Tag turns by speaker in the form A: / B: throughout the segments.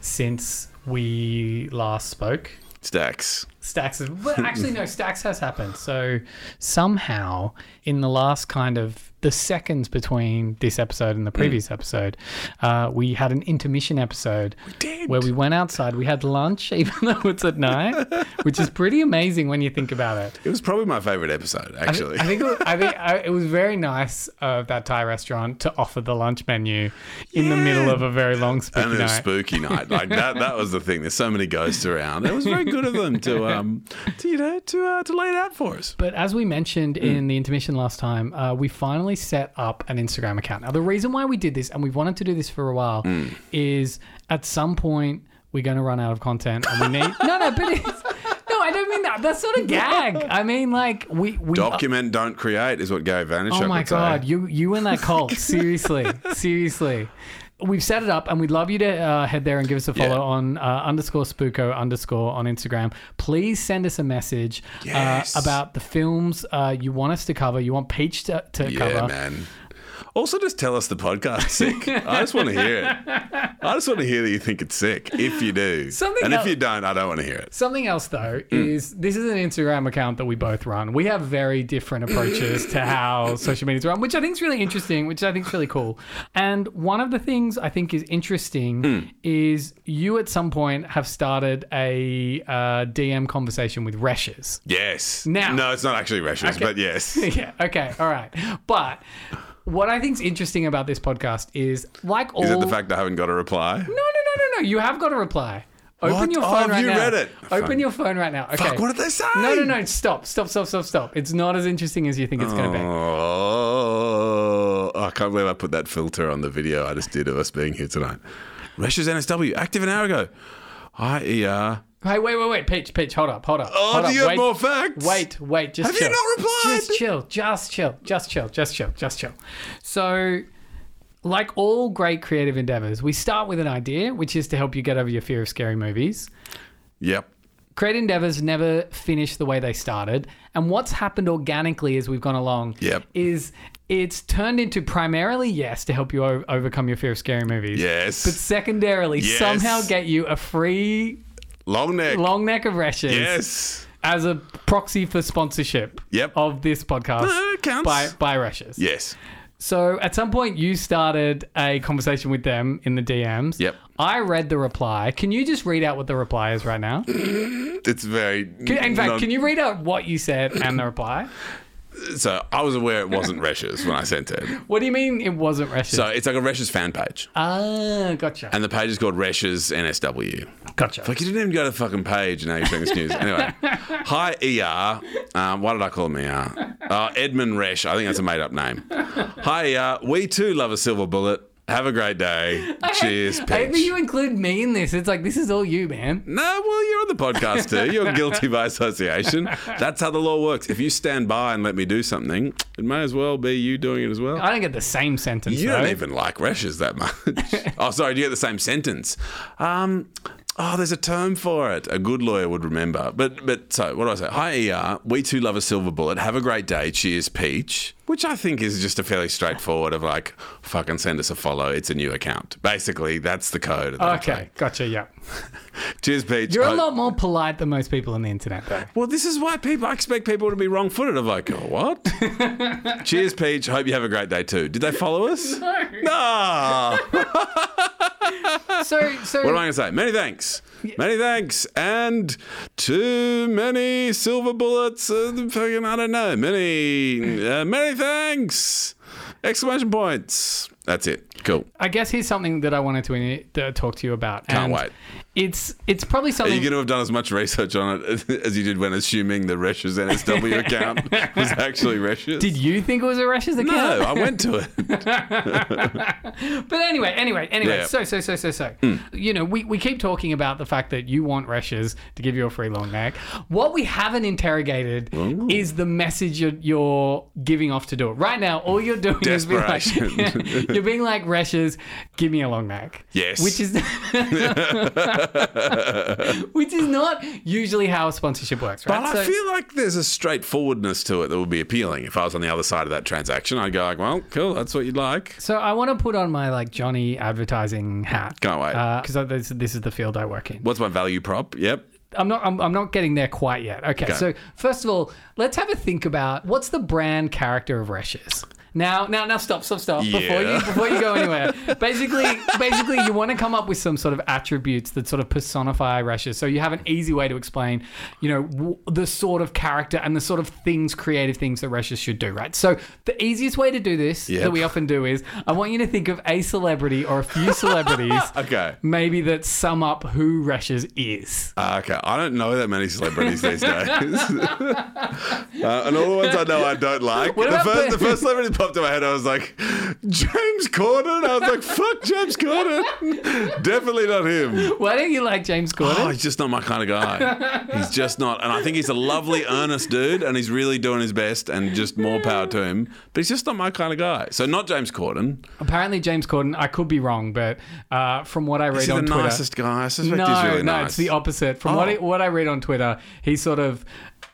A: since we last spoke.
B: Stacks.
A: Stacks is well, actually no, Stacks has happened. So somehow in the last kind of the seconds between this episode and the previous episode, uh, we had an intermission episode
B: did.
A: where we went outside. We had lunch, even though it's at night, which is pretty amazing when you think about it.
B: It was probably my favorite episode, actually.
A: I think it was, I think I, it was very nice of that Thai restaurant to offer the lunch menu in the middle of a very long spooky
B: and it
A: night.
B: was spooky night. Like that that was the thing. There's so many ghosts around. It was very good of them to um to you know to uh, to lay it out for us.
A: But as we mentioned
B: Mm.
A: in the intermission last time, uh, we finally set up an Instagram account. Now, the reason why we did this, and we've wanted to do this for a while,
B: Mm.
A: is at some point we're going to run out of content and we need. no, no, but it's. No, I don't mean that. That's not a gag. I mean, like, we. we
B: Document don't create is what Gary Vaynerchuk
A: Oh my
B: would say.
A: god, you you and that cult, seriously, seriously. We've set it up, and we'd love you to uh, head there and give us a follow
B: Yeah.
A: on uh, underscore spooko underscore on Instagram. Please send us a message
B: Yes.
A: uh, about the films uh, you want us to cover. You want Peach to, to
B: yeah,
A: cover.
B: man. Also, just tell us the podcast is sick. I just want to hear it. I just want to hear that you think it's sick. If you do,
A: Something
B: and
A: else-
B: if you don't, I don't want to hear it.
A: Something else though
B: Mm.
A: is this is an Instagram account that we both run. We have very different approaches to how social media's run, which I think is really interesting, which I think is really cool. And one of the things I think is interesting
B: Mm.
A: is you at some point have started a uh, DM conversation with Reshes.
B: Yes.
A: Now-
B: No, it's not actually racist, but yes.
A: yeah. Okay. All right. But what I think is interesting about this podcast is like all
B: Is it the fact that I haven't got a reply?
A: no no no no no you have got a reply. Open
B: What?
A: your
B: Oh,
A: phone
B: have
A: right
B: you
A: now.
B: read it?
A: Open
B: Fuck.
A: your phone right now. Okay.
B: Fuck, what did they say?
A: No, no, no. Stop, stop, stop, stop, stop. It's not as interesting as you think it's going to
B: Oh, I can't believe I put that filter on the video I just did of us being here tonight. Resh's NSW, active an hour ago. IER.
A: be. Hey, wait, wait, wait. Peach, Peach, hold up, hold up.
B: Oh,
A: hold
B: do
A: up.
B: you have
A: wait,
B: more facts?
A: Wait, wait. Just
B: Have you
A: chill.
B: not replied?
A: Just chill, just chill, just chill, just chill, just chill. So, like all great creative endeavors, we start with an idea, which is to help you get over your fear of scary movies.
B: Yep.
A: Creative endeavors never finish the way they started. And what's happened organically as we've gone along
B: Yep.
A: is it's turned into primarily, yes, to help you o- overcome your fear of scary movies.
B: Yes.
A: But secondarily,
B: Yes.
A: somehow get you a free
B: Long neck.
A: long neck of rashes
B: yes.
A: as a proxy for sponsorship
B: Yep.
A: of this podcast
B: No, it counts.
A: by by rashes.
B: Yes.
A: So at some point you started a conversation with them in the DMs.
B: Yep.
A: I read the reply. Can you just read out what the reply is right now?
B: It's very.
A: Can- In fact,
B: non-
A: can you read out what you said and the reply?
B: So I was aware it wasn't Resh's when I sent it.
A: What do you mean it wasn't rashes?
B: So it's like a Resh's fan page,
A: ah, gotcha.
B: and the page is called Resh's NSW.
A: Gotcha.
B: Like you didn't even go to the fucking page, and now you're showing us news. Anyway, hi ER. Um, why did I call him ER? Uh, Edmund Resch. I think that's a made up name. Hi ER. We too love a silver bullet. Have a great day. Cheers,
A: Hey, but
B: Peach.
A: you include me in this. It's like this is all you, man.
B: No, well, you're on the podcast too. You're guilty by association. That's how the law works. If you stand by and let me do something, it may as well be you doing it as well.
A: I don't get the same sentence.
B: You
A: though.
B: don't even like rashes that much. oh, sorry, do you get the same sentence? Um, oh, there's a term for it. A good lawyer would remember. But but so what do I say? Hi ER, we too love a silver bullet. Have a great day. Cheers, Peach. Which I think is just a fairly straightforward of like, fucking send us a follow. It's a new account. Basically, that's the code. of that
A: Okay, gotcha. Yeah,
B: account. Cheers, Peach.
A: you're a
B: Oh,
A: lot more polite than most people on the internet, though.
B: Well, this is why people. I expect people to be wrong-footed. I'm like, oh, what? Cheers, Peach. Hope you have a great day too. Did they follow us? No.
A: So, so
B: What am I going to say? Many thanks. Many thanks. And too many silver bullets. Uh, fucking, I don't know. Many, uh, many thanks. Exclamation points. That's it. Cool.
A: I guess here's something that I wanted to uh, talk to you about.
B: Can't
A: and
B: wait.
A: It's it's probably
B: Are you
A: something.
B: going to have done as much research on it as you did when assuming the Resh's NSW account was actually Resh's?
A: Did you think it was a Russia's account?
B: no, I went to it.
A: But anyway, anyway, anyway.
B: Yeah. Hmm.
A: So, so, so, so, so. You know, we, we keep talking about the fact that you want Reshes to give you a free long neck. What we haven't interrogated is the message you're, you're giving off to do it. Right now, all you're doing is being like,
B: Desperation.
A: you're being like, Reshes, give me a long neck.
B: Yes.
A: Which is, which is not usually how sponsorship works, right?
B: But I
A: So-
B: feel like there's a straightforwardness to it that would be appealing. If I was on the other side of that transaction, I'd go like, "Well, cool, that's what you'd like."
A: So I want to put on my like Johnny advertising hat.
B: Can't wait.
A: Because this, this is the field I work in.
B: What's my value prop? Yep.
A: I'm not. I'm, I'm not getting there quite yet. Okay, So first of all, let's have a think about what's the brand character of Reshes. Now, now, now, stop, stop, stop. Before you
B: Yeah.
A: before you go anywhere, basically, basically, you want to come up with some sort of attributes that sort of personify Reshes. So you have an easy way to explain, you know, w- the sort of character and the sort of things, creative things that Reshes should do. Right. So the easiest way to do this
B: Yep.
A: that we often do is I want you to think of a celebrity or a few celebrities.
B: Okay.
A: Maybe that sum up who Reshes is.
B: Uh, okay. I don't know that many celebrities these days. uh, and all the ones I know I don't like.
A: What
B: The
A: about
B: first,
A: the-
B: the first celebrity that popped in my head, I was like, James Corden? I was like, fuck James Corden. Definitely not him.
A: Why don't you like James Corden?
B: Oh, he's just not my kind of guy. He's just not. And I think he's a lovely, earnest dude, and he's really doing his best, and just more power to him. But he's just not my kind of guy. So, not James Corden.
A: Apparently, James Corden. I could be wrong, but uh, from what I read
B: He's the
A: on Twitter,
B: nicest guy. I suspect
A: no,
B: he's really
A: no,
B: nice.
A: it's the opposite. From what I,
B: Oh.
A: what I read on Twitter, he sort of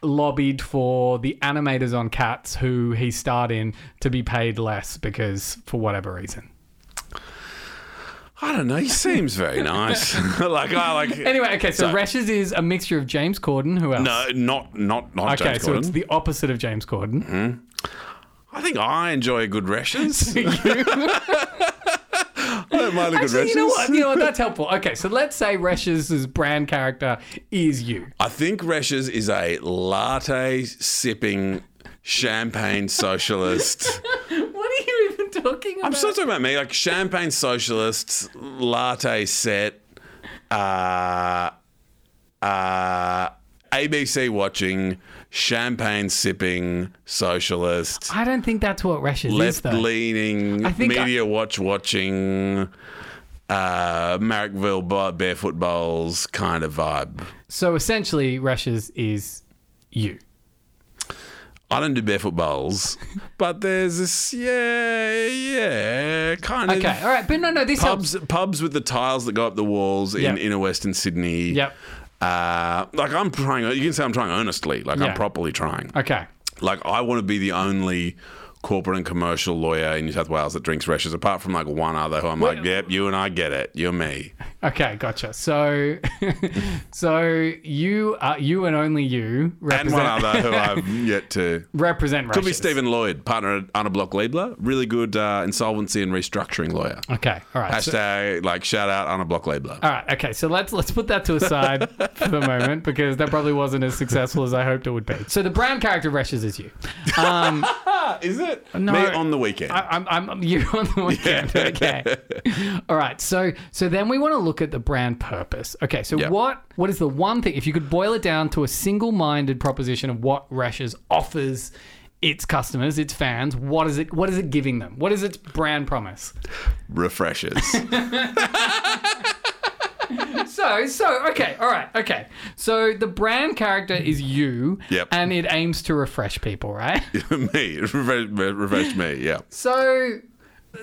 A: lobbied for the animators on Cats, who he starred in, to be paid less because for whatever reason.
B: I don't know. He seems very nice. like, I like.
A: Anyway, okay, so,
B: So-
A: Rashes is a mixture of James Corden. Who else?
B: No, not not not
A: Okay,
B: James
A: so
B: Corden. Mm-hmm.
A: it's the opposite of James Corden.
B: I think I enjoy a good rashes. I don't mind a good
A: Actually, you know what?
B: rashes.
A: You know what? That's helpful. Okay, so let's say Rashes' brand character is you.
B: I think rashes is a latte sipping champagne socialist.
A: What are you even talking about?
B: I'm still talking about me, like champagne socialists, latte set, uh, uh, ABC watching, champagne sipping socialist.
A: I don't think that's what Rashes is,
B: left
A: though.
B: leaning,
A: I think I-
B: media watch watching, uh, Marrickville bar- barefoot bowls kind of vibe.
A: So essentially, Rashes is you.
B: I don't do barefoot bowls, but there's this, yeah, yeah, kind of.
A: Okay, all right, but no, no, this helps.
B: Pubs, pubs with the tiles that go up the walls in
A: Yep.
B: inner western Sydney.
A: Yep.
B: Uh, like I'm trying. You can say I'm trying earnestly. Like
A: Yeah.
B: I'm properly trying.
A: Okay,
B: like I want to be the only corporate and commercial lawyer in New South Wales that drinks rashes, apart from like one other who I'm like, yep, you and I get it, you're me.
A: okay, gotcha. So, so you, are, you and only you
B: And
A: represent
B: one other who I've yet to.
A: represent Rashes.
B: Could be Stephen Lloyd, partner at Anna Block Liebler, really good uh, insolvency and restructuring lawyer.
A: Okay, all right. so-
B: Hashtag like shout out Anna Block Liebler.
A: all right, okay. So let's let's put that to aside for the moment because that probably wasn't as successful as I hoped it would be. So the brand character of Rashes is you.
B: Uh, Is it
A: No.
B: me on the weekend?
A: I, I'm, I'm, I'm you on the weekend. Okay. All right. So so then we want to look at the brand purpose. Okay. So
B: Yep.
A: what what is the one thing if you could boil it down to a single minded proposition of what Rashes offers its customers, its fans? What is it? What is it giving them? What is its brand promise?
B: Refreshers.
A: So so okay. All right. Okay. So the brand character is you.
B: Yep.
A: And it aims to refresh people, right?
B: me. Refresh, refresh me. Yeah.
A: So.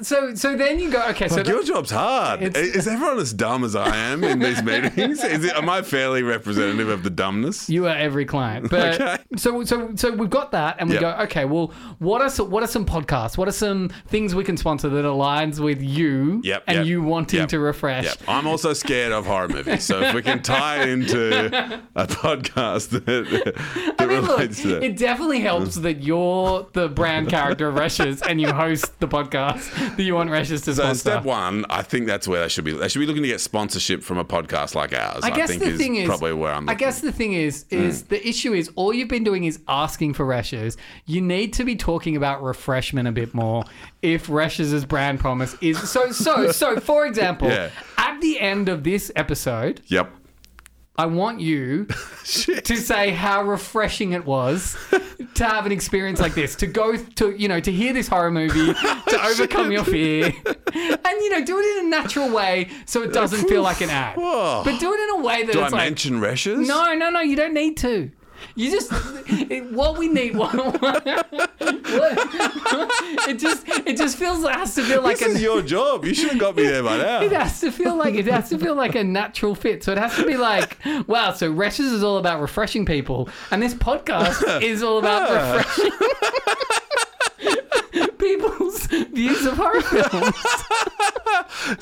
A: So, so then you go. Okay, so
B: Your job's hard. Is everyone as dumb as I am in these meetings? Is it, am I fairly representative of the dumbness?
A: You are every client. But
B: Okay.
A: so so so we've got that, and we
B: Yep.
A: go, okay. Well, what are some, what are some podcasts? What are some things we can sponsor that aligns with you
B: Yep,
A: and
B: yep,
A: you wanting
B: yep,
A: to refresh?
B: Yep. I'm also scared of horror movies. So if we can tie it into a podcast that, that
A: I mean, look,
B: relates to that.
A: it definitely helps that you're the brand character of Rushes and you host the podcast that you want Rashes to
B: So
A: sponsor.
B: step one, I think that's where they should be. They should be looking to get sponsorship from a podcast like ours.
A: I guess
B: think
A: the
B: is
A: thing is
B: probably where I'm. Mm.
A: I guess the thing is is the issue is all you've been doing is asking for Reshes. You need to be talking about refreshment a bit more. If Reshes' brand promise is so so so for example,
B: Yeah.
A: at the end of this episode,
B: Yep.
A: I want you to say how refreshing it was to have an experience like this, to go to, you know, to hear this horror movie, to overcome your fear, and, you know, do it in a natural way so it doesn't feel like an ad.
B: Whoa.
A: But do it in a way that
B: Do I
A: it's like.
B: mention rashes?
A: No, no, no, you don't need to. You just it- what we need. What, what- it just it just feels it has to feel like
B: This
A: an
B: is your job. You should have got me there by
A: it
B: now.
A: has to feel like it has to feel like a natural fit. So it has to be like, wow. So Rashes is all about refreshing people, and this podcast is all about refreshing people's views of horror films.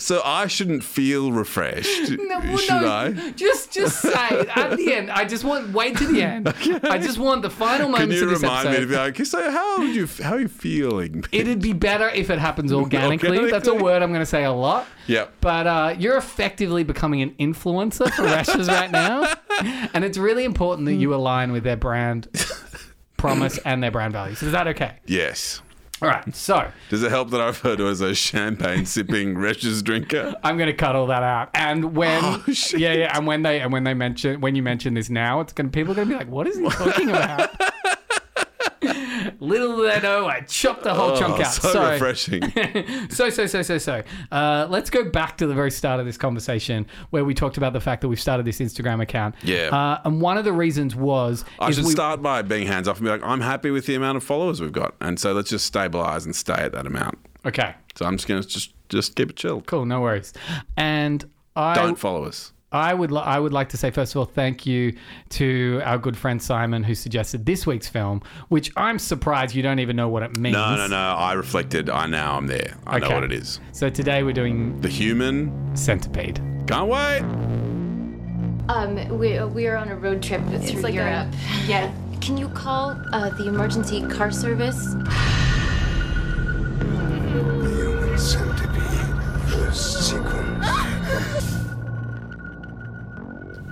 B: So I shouldn't feel refreshed,
A: No, well,
B: should
A: no,
B: I?
A: Just, just say it at the end. I just want wait to the end. I just want the final
B: Can
A: moments
B: you
A: of this
B: remind me to be
A: episode.
B: like, so how would you? How are you feeling?
A: It'd be better if it happens organically. That's a
B: Organically.
A: word I'm going to say a lot.
B: Yep.
A: But uh, you're effectively becoming an influencer for Rashes right now. And it's really important that
B: Hmm.
A: you align with their brand promise and their brand values. Is that okay?
B: Yes.
A: All right. So
B: Does it help that I refer to her as a champagne sipping rashes drinker?
A: I'm going to cut all that out. And when,
B: Oh, shit.
A: yeah, yeah. And when they, and when they mention, when you mention this now, it's going to, people are going to be like, what is he talking about? Little do they know, I chopped
B: Oh,
A: the whole chunk out.
B: so
A: so
B: refreshing.
A: So, so, so, so, so. Uh, let's go back to the very start of this conversation where we talked about the fact that we've started this Instagram account.
B: Yeah.
A: Uh, and one of the reasons was.
B: I
A: is
B: should
A: we-
B: start by being hands off and be like, I'm happy with the amount of followers we've got, and so let's just stabilize and stay at that amount.
A: Okay,
B: So I'm just gonna just just keep it chill.
A: cool, no worries. And I.
B: Don't follow us.
A: I would li- I would like to say first of all thank you to our good friend Simon who suggested this week's film, which I'm surprised you don't even know what it means.
B: No, no, no. I reflected. I now I'm there. I know
A: Okay.
B: what it is.
A: So today we're doing
B: The human.
A: Centipede.
B: Can't wait.
C: Um, we, we are on a road trip through
D: It's like
C: Europe.
D: a- yeah.
C: Can you call uh, the emergency car service?
E: Human centipede. First sequence.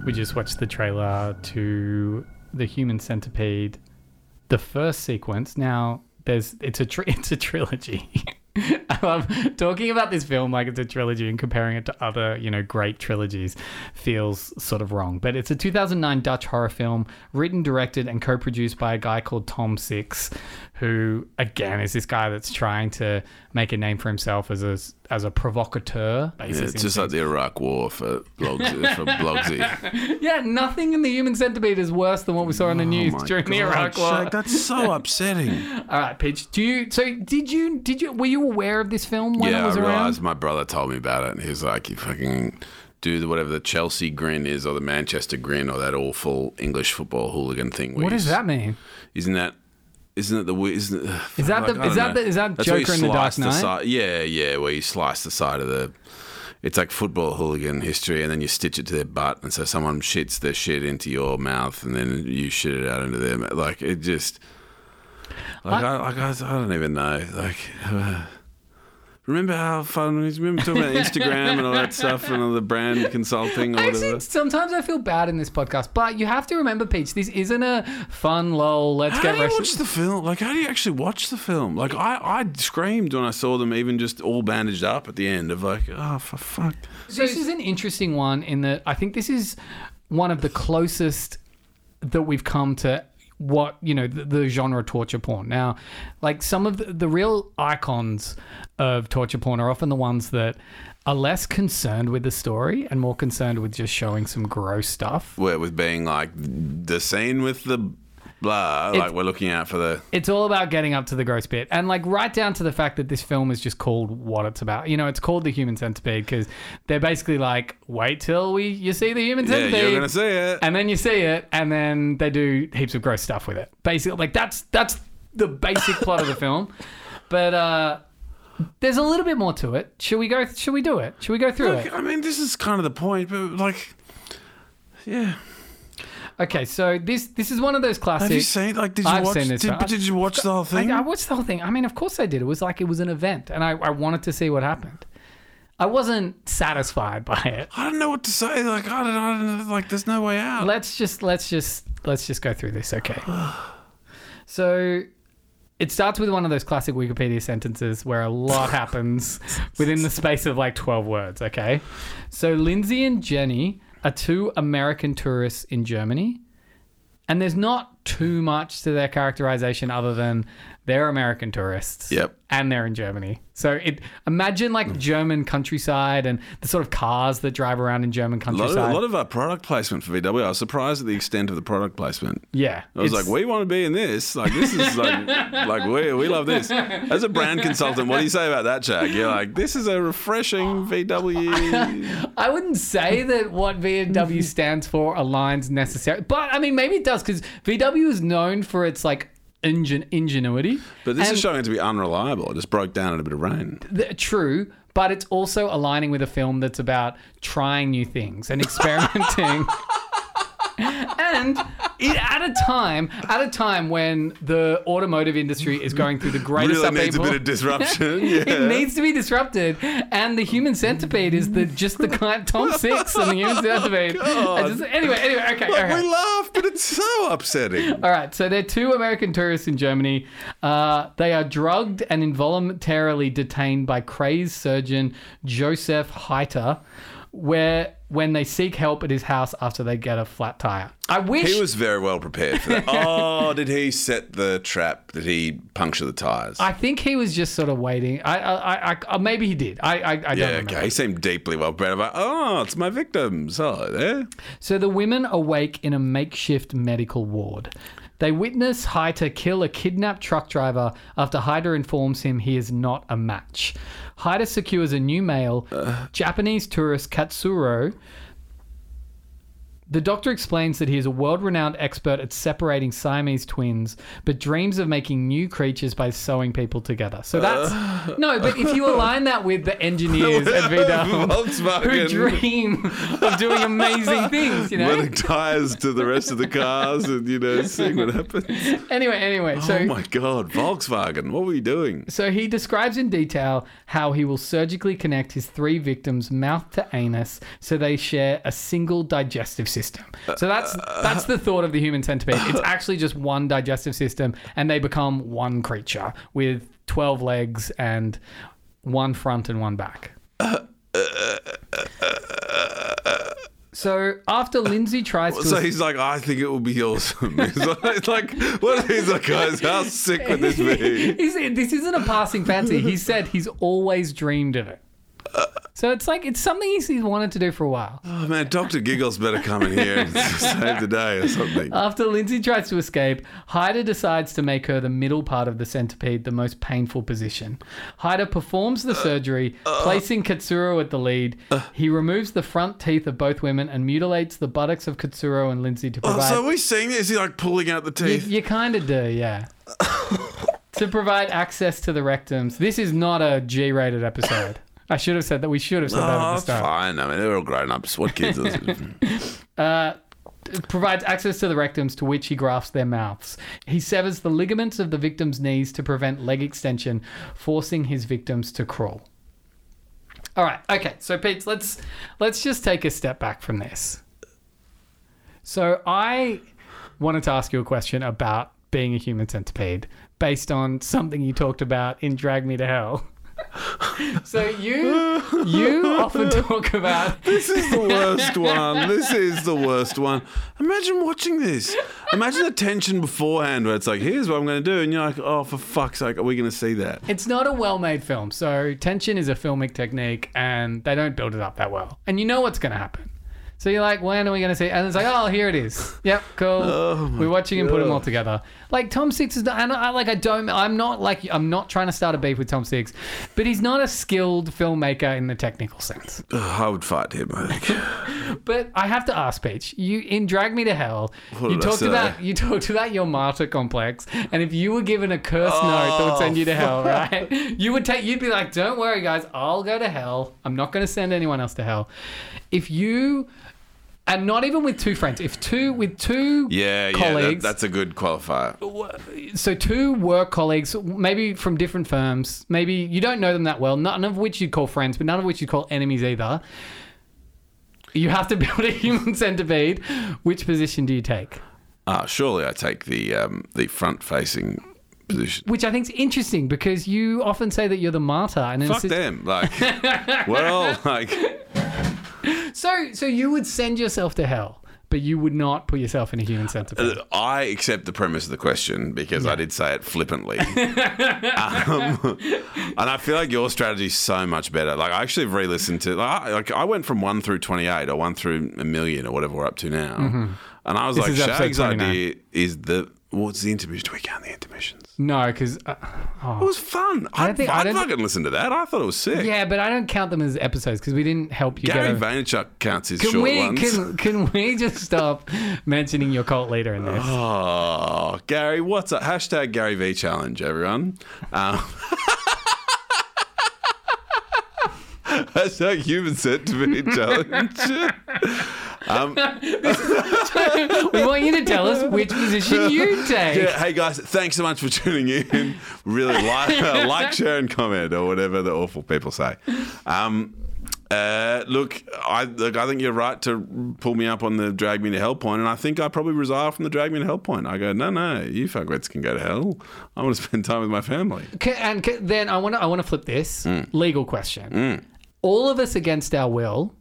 A: We just watched the trailer to the Human Centipede, the first sequence. Now there's it's a tr- it's a trilogy. I love talking about this film like it's a trilogy and comparing it to other you know great trilogies feels sort of wrong. But it's a 2009 Dutch horror film written, directed, and co-produced by a guy called Tom Six, who again is this guy that's trying to make a name for himself as a as a provocateur.
B: Yeah,
A: basically.
B: it's just like the Iraq War for blogs for blogsy.
A: Yeah, nothing in the human centipede is worse than what we saw
B: Oh
A: on the news during the Iraq War.
B: that's so upsetting.
A: All right, Peach. Do you? So did you? Did you? Were you aware of this film when it
B: yeah, I
A: was around?
B: realized my brother told me about it, and he was like, "You fucking do the, whatever the Chelsea grin is, or the Manchester grin, or that awful English football hooligan thing." where
A: What
B: you
A: does
B: s-
A: that mean?
B: Isn't that? Isn't it the wi- isn't it,
A: Is that the-
B: I don't
A: is that
B: know.
A: the- is that
B: That's where you
A: Joker in the Dark
B: slice the
A: Knight?
B: side- yeah, yeah, where you slice the side of the. It's like football hooligan history, and then you stitch it to their butt, and so someone shits their shit into your mouth, and then you shit it out into their mouth. Like it just, like I, like I, I don't even know. Like, remember how fun? it is? Remember talking about Instagram and all that stuff, and all the brand consulting or
A: Actually,
B: whatever.
A: sometimes I feel bad in this podcast, but you have to remember, Peach. This isn't a fun lol. Let's
B: How
A: get
B: do you
A: rushed-
B: watch the film? Like, how do you actually watch the film? Like, I, I screamed when I saw them, even just all bandaged up at the end of like, oh for fuck.
A: This is an interesting one in that I think this is one of the closest that we've come to what you know the, the genre torture porn. Now, like some of the, the real icons of torture porn are often the ones that are less concerned with the story and more concerned with just showing some gross stuff.
B: Where with being like the scene with the blah, like we're looking out for the.
A: It's all about getting up to the gross bit and like right down to the fact that this film is just called what it's about. You know, it's called the Human Centipede because they're basically like, wait till we you see the Human
B: Yeah,
A: Centipede.
B: you're gonna see it.
A: and then you see it, and then they do heaps of gross stuff with it. Basically, like that's that's the basic plot of the film. But uh, there's a little bit more to it. Should we go? Should we do it? Should we go through
B: Look,
A: it?
B: I mean, this is kind of the point, but like, yeah,
A: Okay, so this this is one of those classic.
B: Have you seen? Like, did you
A: I've
B: watch?
A: seen this
B: did,
A: one.
B: but did you watch the whole thing?
A: I, I watched the whole thing. I mean, of course I did. It was like it was an event, and I, I wanted to see what happened. I wasn't satisfied by it.
B: I don't know what to say. Like, I don't, I don't know. Like, there's no way out.
A: Let's just let's just let's just go through this, okay? So it starts with one of those classic Wikipedia sentences where a lot happens within the space of like 12 words, okay? So Lindsay and Jenny are two American tourists in Germany. And there's not too much to their characterization other than they're American tourists.
B: Yep. Mm.
A: And they're in Germany. So it imagine like German countryside and the sort of cars that drive around in German
B: a lot, of,
A: countryside.
B: a lot of our product placement for VW. I was surprised at the extent of the product placement.
A: yeah.
B: I was
A: it's-
B: like, we want to be in this. Like, this is like, like we, we love this. As a brand consultant, what do you say about that, Jack? You're like, this is a refreshing VW.
A: I wouldn't say that what VW stands for aligns necessarily, but I mean maybe it does because VW is known for its like ingen- ingenuity.
B: But this
A: And
B: is showing it to be unreliable. It just broke down in a bit of rain.
A: th- true, but it's also aligning with a film that's about trying new things and experimenting. and it, at a time, at a time when the automotive industry is going through the greatest
B: Really
A: upheaval.
B: needs a bit of disruption.
A: It
B: Yeah.
A: needs to be disrupted, and the human centipede is the just the kind Tom Six and the human centipede. I just- anyway, anyway, okay, all
B: Oh, Like,
A: right.
B: we laugh, but it's so upsetting.
A: All right, so they're two American tourists in Germany. Uh, they are drugged and involuntarily detained by crazed surgeon Joseph Heiter, where when they seek help at his house after they get a flat tire. I wish
B: He was very well prepared for that. Oh, did he set the trap? Did he puncture the tires?
A: I think he was just sort of waiting. I, I, I, I maybe he did. I, I, I don't
B: yeah,
A: remember.
B: okay. He seemed deeply well prepared. I'm like, oh, it's my victims. Oh, there.
A: So the women awake in a makeshift medical ward. They witness Hyder kill a kidnapped truck driver after Hyder informs him he is not a match. Hyder secures a new male, Japanese tourist Katsuro. The doctor explains that he is a world renowned expert at separating Siamese twins, but dreams of making new creatures by sewing people together. So that's. No, but if you align that with the engineers at VW who
B: Volkswagen.
A: dream of doing amazing things, you know?
B: Running tires to the rest of the cars and, you know, seeing what happens.
A: Anyway, anyway, so
B: oh, my God. Volkswagen, what were you doing?
A: so he describes in detail how he will surgically connect his three victims mouth to anus so they share a single digestive system. So that's that's the thought of the human centipede. It's actually just one digestive system and they become one creature with 12 legs and one front and one back. So after Lindsay tries to
B: So he's like, I think it will be awesome. He's like, it's like, what? He's like, guys, how sick would this be?
A: He's- this isn't a passing fancy. He said he's always dreamed of it. So it's like it's something he's, he's wanted to do for a while.
B: Oh man, Doctor Giggles better come in here and save the day or something.
A: After Lindsay tries to escape, Hyder decides to make her the middle part of the centipede, the most painful position. Hyder performs the surgery, placing Katsuro at the lead. He removes the front teeth of both women and mutilates the buttocks of Katsuro and Lindsay to
B: Oh,
A: provide.
B: so are we seeing this? Is he like pulling out the
A: You,
B: teeth?
A: you kind of do, yeah. to provide access to the rectums. This is not a G rated episode. I should have said that. We should have said that at
B: Oh,
A: the start.
B: fine. I mean, they're all grown ups. What kids? Is
A: It provides access to the rectums to which he grafts their mouths. He severs the ligaments of the victim's knees to prevent leg extension, forcing his victims to crawl. All right. Okay. So, Pete, let's let's just take a step back from this. So, I wanted to ask you a question about being a human centipede based on something you talked about in Drag Me to Hell. so you you often talk about
B: This is the worst one. This is the worst one. Imagine watching this. Imagine the tension beforehand where it's like, here's what I'm going to do. And you're like, oh, for fuck's sake, are we going to see that?
A: It's not a well made film. So, tension is a filmic technique and they don't build it up that well. And you know what's going to happen. So, you're like, when are we going to see? And it's like, oh, here it is. Yep, cool. We're watching him put them all together. Like, Tom Six is, and I, like, I don't, I'm not like, I'm not trying to start a beef with Tom Six, but he's not a skilled filmmaker in the technical sense.
B: Ugh, I would fight him, I think.
A: But I have to ask, Peach, you in Drag Me to Hell, you
B: did I
A: talked
B: say?
A: about you talked about your martyr complex, and if you were given a curse note that would send you to
B: Oh.
A: hell, right? You would take you'd be like, Don't worry guys, I'll go to hell. I'm not gonna send anyone else to hell. If you and not even with two friends. If two with two
B: Yeah, yeah, that,
A: colleagues,
B: that's a good qualifier.
A: so two work colleagues, maybe from different firms, maybe you don't know them that well, none of which you'd call friends, but none of which you'd call enemies either. You have to build a human centipede. Which position do you take?
B: Ah, surely I take the um, the front facing position.
A: Which I think is interesting because you often say that you're the martyr, and in a
B: Fuck
A: sit-
B: them, like we're all like
A: so so you would send yourself to hell, but you would not put yourself in a human centipede.
B: I accept the premise of the question because I did say it flippantly. um, and I feel like your strategy is so much better. Like, I actually re listened to, like I, like, I went from one through 28 or one through a million or whatever we're up to now. And I was
A: Mm-hmm. This is
B: like,
A: episode
B: Shag's
A: 29.
B: idea is the, what's the intermission? Do we count the intermissions?
A: no, because uh,
B: It was fun. I,
A: don't think- I
B: I,
A: don't-
B: fucking listened to that. I thought it was sick.
A: yeah, but I don't count them as episodes because we didn't help you get.
B: Gary
A: over-
B: Vaynerchuk counts his
A: Can
B: short
A: we
B: ones.
A: can can we just stop mentioning your cult leader in this?
B: Oh, Gary, what's up? Hashtag Gary V challenge, everyone. Um, hashtag human centipede challenge.
A: we want you to tell us which position you take.
B: Yeah, hey guys, thanks so much for tuning in. Really like, uh, like, share, and comment, or whatever the awful people say. Um, uh, look, I look, I think you're right to pull me up on the drag me to hell point, and I think I probably resile from the drag me to hell point. I go, no, no, you fuckwits can go to hell. I want to spend time with my family.
A: Ca- and ca- then I want to I want to flip this legal question. All of us against our will,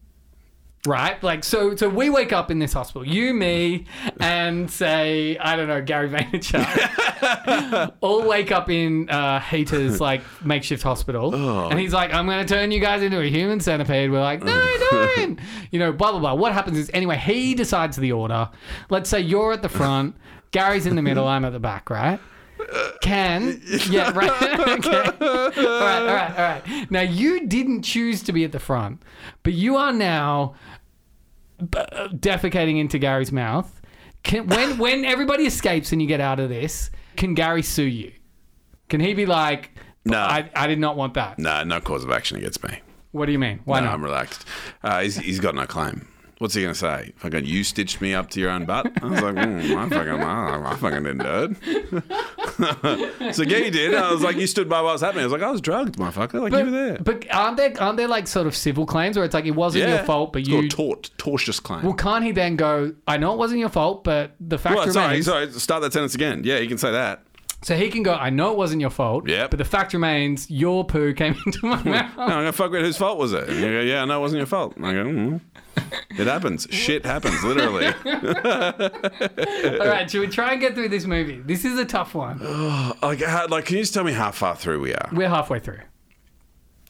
A: right? Like so so we wake up in this hospital, you, me, and say I don't know Gary Vaynerchuk, all wake up in uh, Hater's like makeshift hospital, and he's like, I'm going to turn you guys into a human centipede. We're like, no, don't. you know, blah blah blah. What happens is anyway, he decides the order. Let's say you're at the front, Gary's in the middle, I'm at the back, right? Can. Yeah, right. okay. All right, all right, all right. Now, you didn't choose to be at the front, but you are now b- uh, defecating into Gary's mouth. Can, when, when everybody escapes and you get out of this, can Gary sue you? Can he be like,
B: No.
A: I, I did not want that?
B: No, no cause of action against me.
A: What do you mean? Why
B: no,
A: not?
B: I'm relaxed. Uh, he's, he's got no claim. What's he going to say? Fucking, you stitched me up to your own butt? I was like, mm, I, fucking, I, I fucking didn't do it. so, yeah, you did. I was like, you stood by what was happening. I was like, I was drugged, motherfucker. Like,
A: But,
B: you were there.
A: but aren't there aren't there like sort of civil claims where it's like it wasn't your fault, but
B: It's
A: you
B: called tort, tortious claim.
A: well can't he then go? I know it wasn't your fault, but the fact
B: Well,
A: remains.
B: sorry, sorry. Start that sentence again. Yeah, you can say that.
A: So he can go, I know it wasn't your fault,
B: Yep.
A: but the fact remains your poo came into my
B: No,
A: mouth.
B: I'm going to fuck with whose fault was it? And you go, yeah, no, it wasn't your fault. And I go, mm. It happens. Shit happens, literally.
A: All right, should we try and get through this movie? This is a tough one.
B: like, how, like, can you just tell me how far through we are?
A: We're halfway through.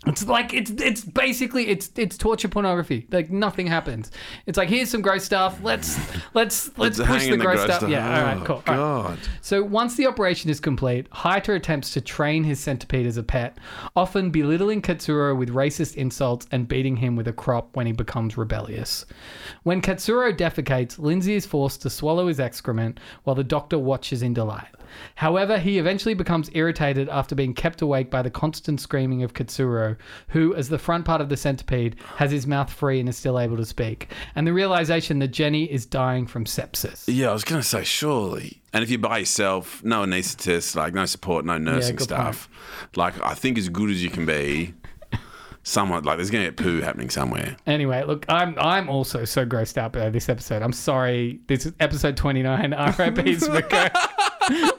A: It's like it's it's basically it's it's torture pornography. Like nothing happens. It's like here's some gross stuff. Let's let's let's,
B: hang
A: push
B: in
A: the
B: the
A: gross,
B: gross
A: stuff.
B: stuff.
A: Yeah. All
B: Oh,
A: right. Cool. All right.
B: God.
A: So once the operation is complete, Haito attempts to train his centipede as a pet, often belittling Katsuro with racist insults and beating him with a crop when he becomes rebellious. When Katsuro defecates, Lindsay is forced to swallow his excrement while the doctor watches in delight. However, he eventually becomes irritated after being kept awake by the constant screaming of Katsuro, who, as the front part of the centipede, has his mouth free and is still able to speak, and the realization that Jenny is dying from sepsis.
B: Yeah, I was gonna say surely. And if you're by yourself, no anaesthetist, like no support, no nursing
A: good
B: staff, like I think as good as you can be, someone like there's gonna get poo happening somewhere.
A: Anyway, look, I'm I'm also so grossed out by this episode. I'm sorry. This is episode 29. R.I.P. Smucker.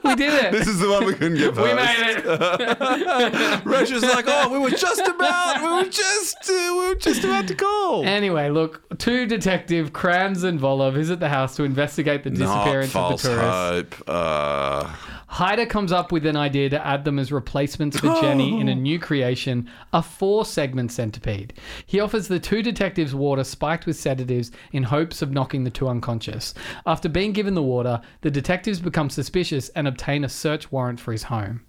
A: we did it.
B: This is the one we couldn't get
A: We
B: past.
A: made it.
B: Rach was like, "Oh, we were just about, we were just, uh, we were just about to call."
A: Anyway, look, two detective Kranz and Volov visit the house to investigate the
B: Not
A: disappearance of
B: false
A: the tourists.
B: hope. Uh,
A: Hyder comes up with an idea to add them as replacements for Jenny in a new creation, a four-segment centipede. He offers the two detectives water spiked with sedatives in hopes of knocking the two unconscious. After being given the water, the detectives become suspicious and obtain a search warrant for his home.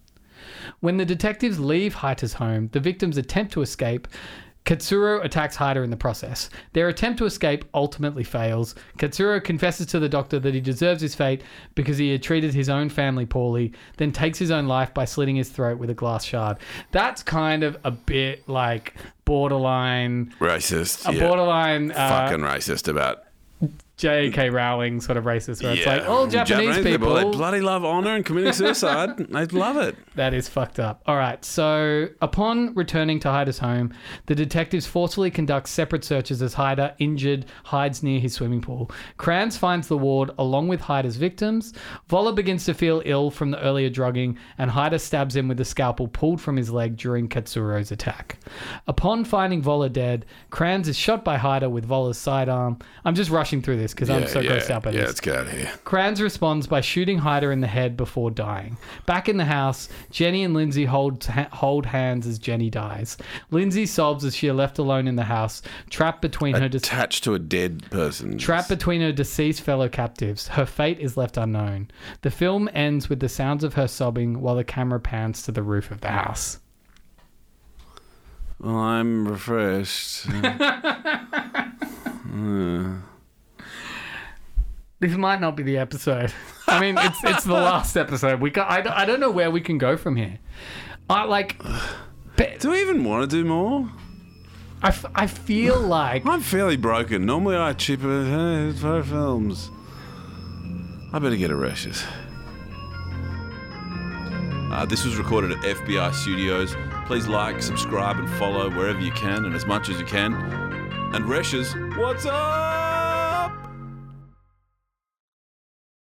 A: When the detectives leave Haita's home, the victims attempt to escape. Katsuro attacks Haita in the process. Their attempt to escape ultimately fails. Katsuro confesses to the doctor that he deserves his fate because he had treated his own family poorly, then takes his own life by slitting his throat with a glass shard. That's kind of a bit like borderline,
B: racist.
A: a
B: yeah.
A: borderline uh,
B: Fucking racist about
A: J.K. Rowling sort of racist, where it's like all Japanese, people.
F: They bloody love honor and committing suicide. they love it.
A: That is fucked up. All right. So, upon returning to Hyda's home, the detectives forcefully conduct separate searches as Hyda, injured, hides near his swimming pool. Kranz finds the ward along with Hyda's victims. Voller begins to feel ill from the earlier drugging, and Hyda stabs him with a scalpel pulled from his leg during Katsuro's attack. Upon finding Voller dead, Kranz is shot by Hyda with Voller's sidearm. I'm just rushing through this because I'm so grossed out by
F: yeah,
A: this.
F: let's get out of here.
A: Kranz responds by shooting Hyder in the head before dying. Back in the house, Jenny and Lindsay hold, ha- hold hands as Jenny dies. Lindsay sobs as she are left alone in the house, trapped between her de-
F: Attached to a dead person.
A: trapped between her deceased fellow captives. Her fate is left unknown. The film ends with the sounds of her sobbing while the camera pans to the roof of the house.
F: Well, I'm refreshed.
A: This might not be the episode. I mean, it's it's the last episode. We ca- I, don't- I don't know where we can go from here. I like
F: do we even want to do more?
A: I, f- I feel like
F: I'm fairly broken. Normally I chip it. Hey, it's for films. I better get a rashes.
B: Uh, this was recorded at FBI Studios. Please like, subscribe, and follow wherever you can and as much as you can. And Reshes, what's up?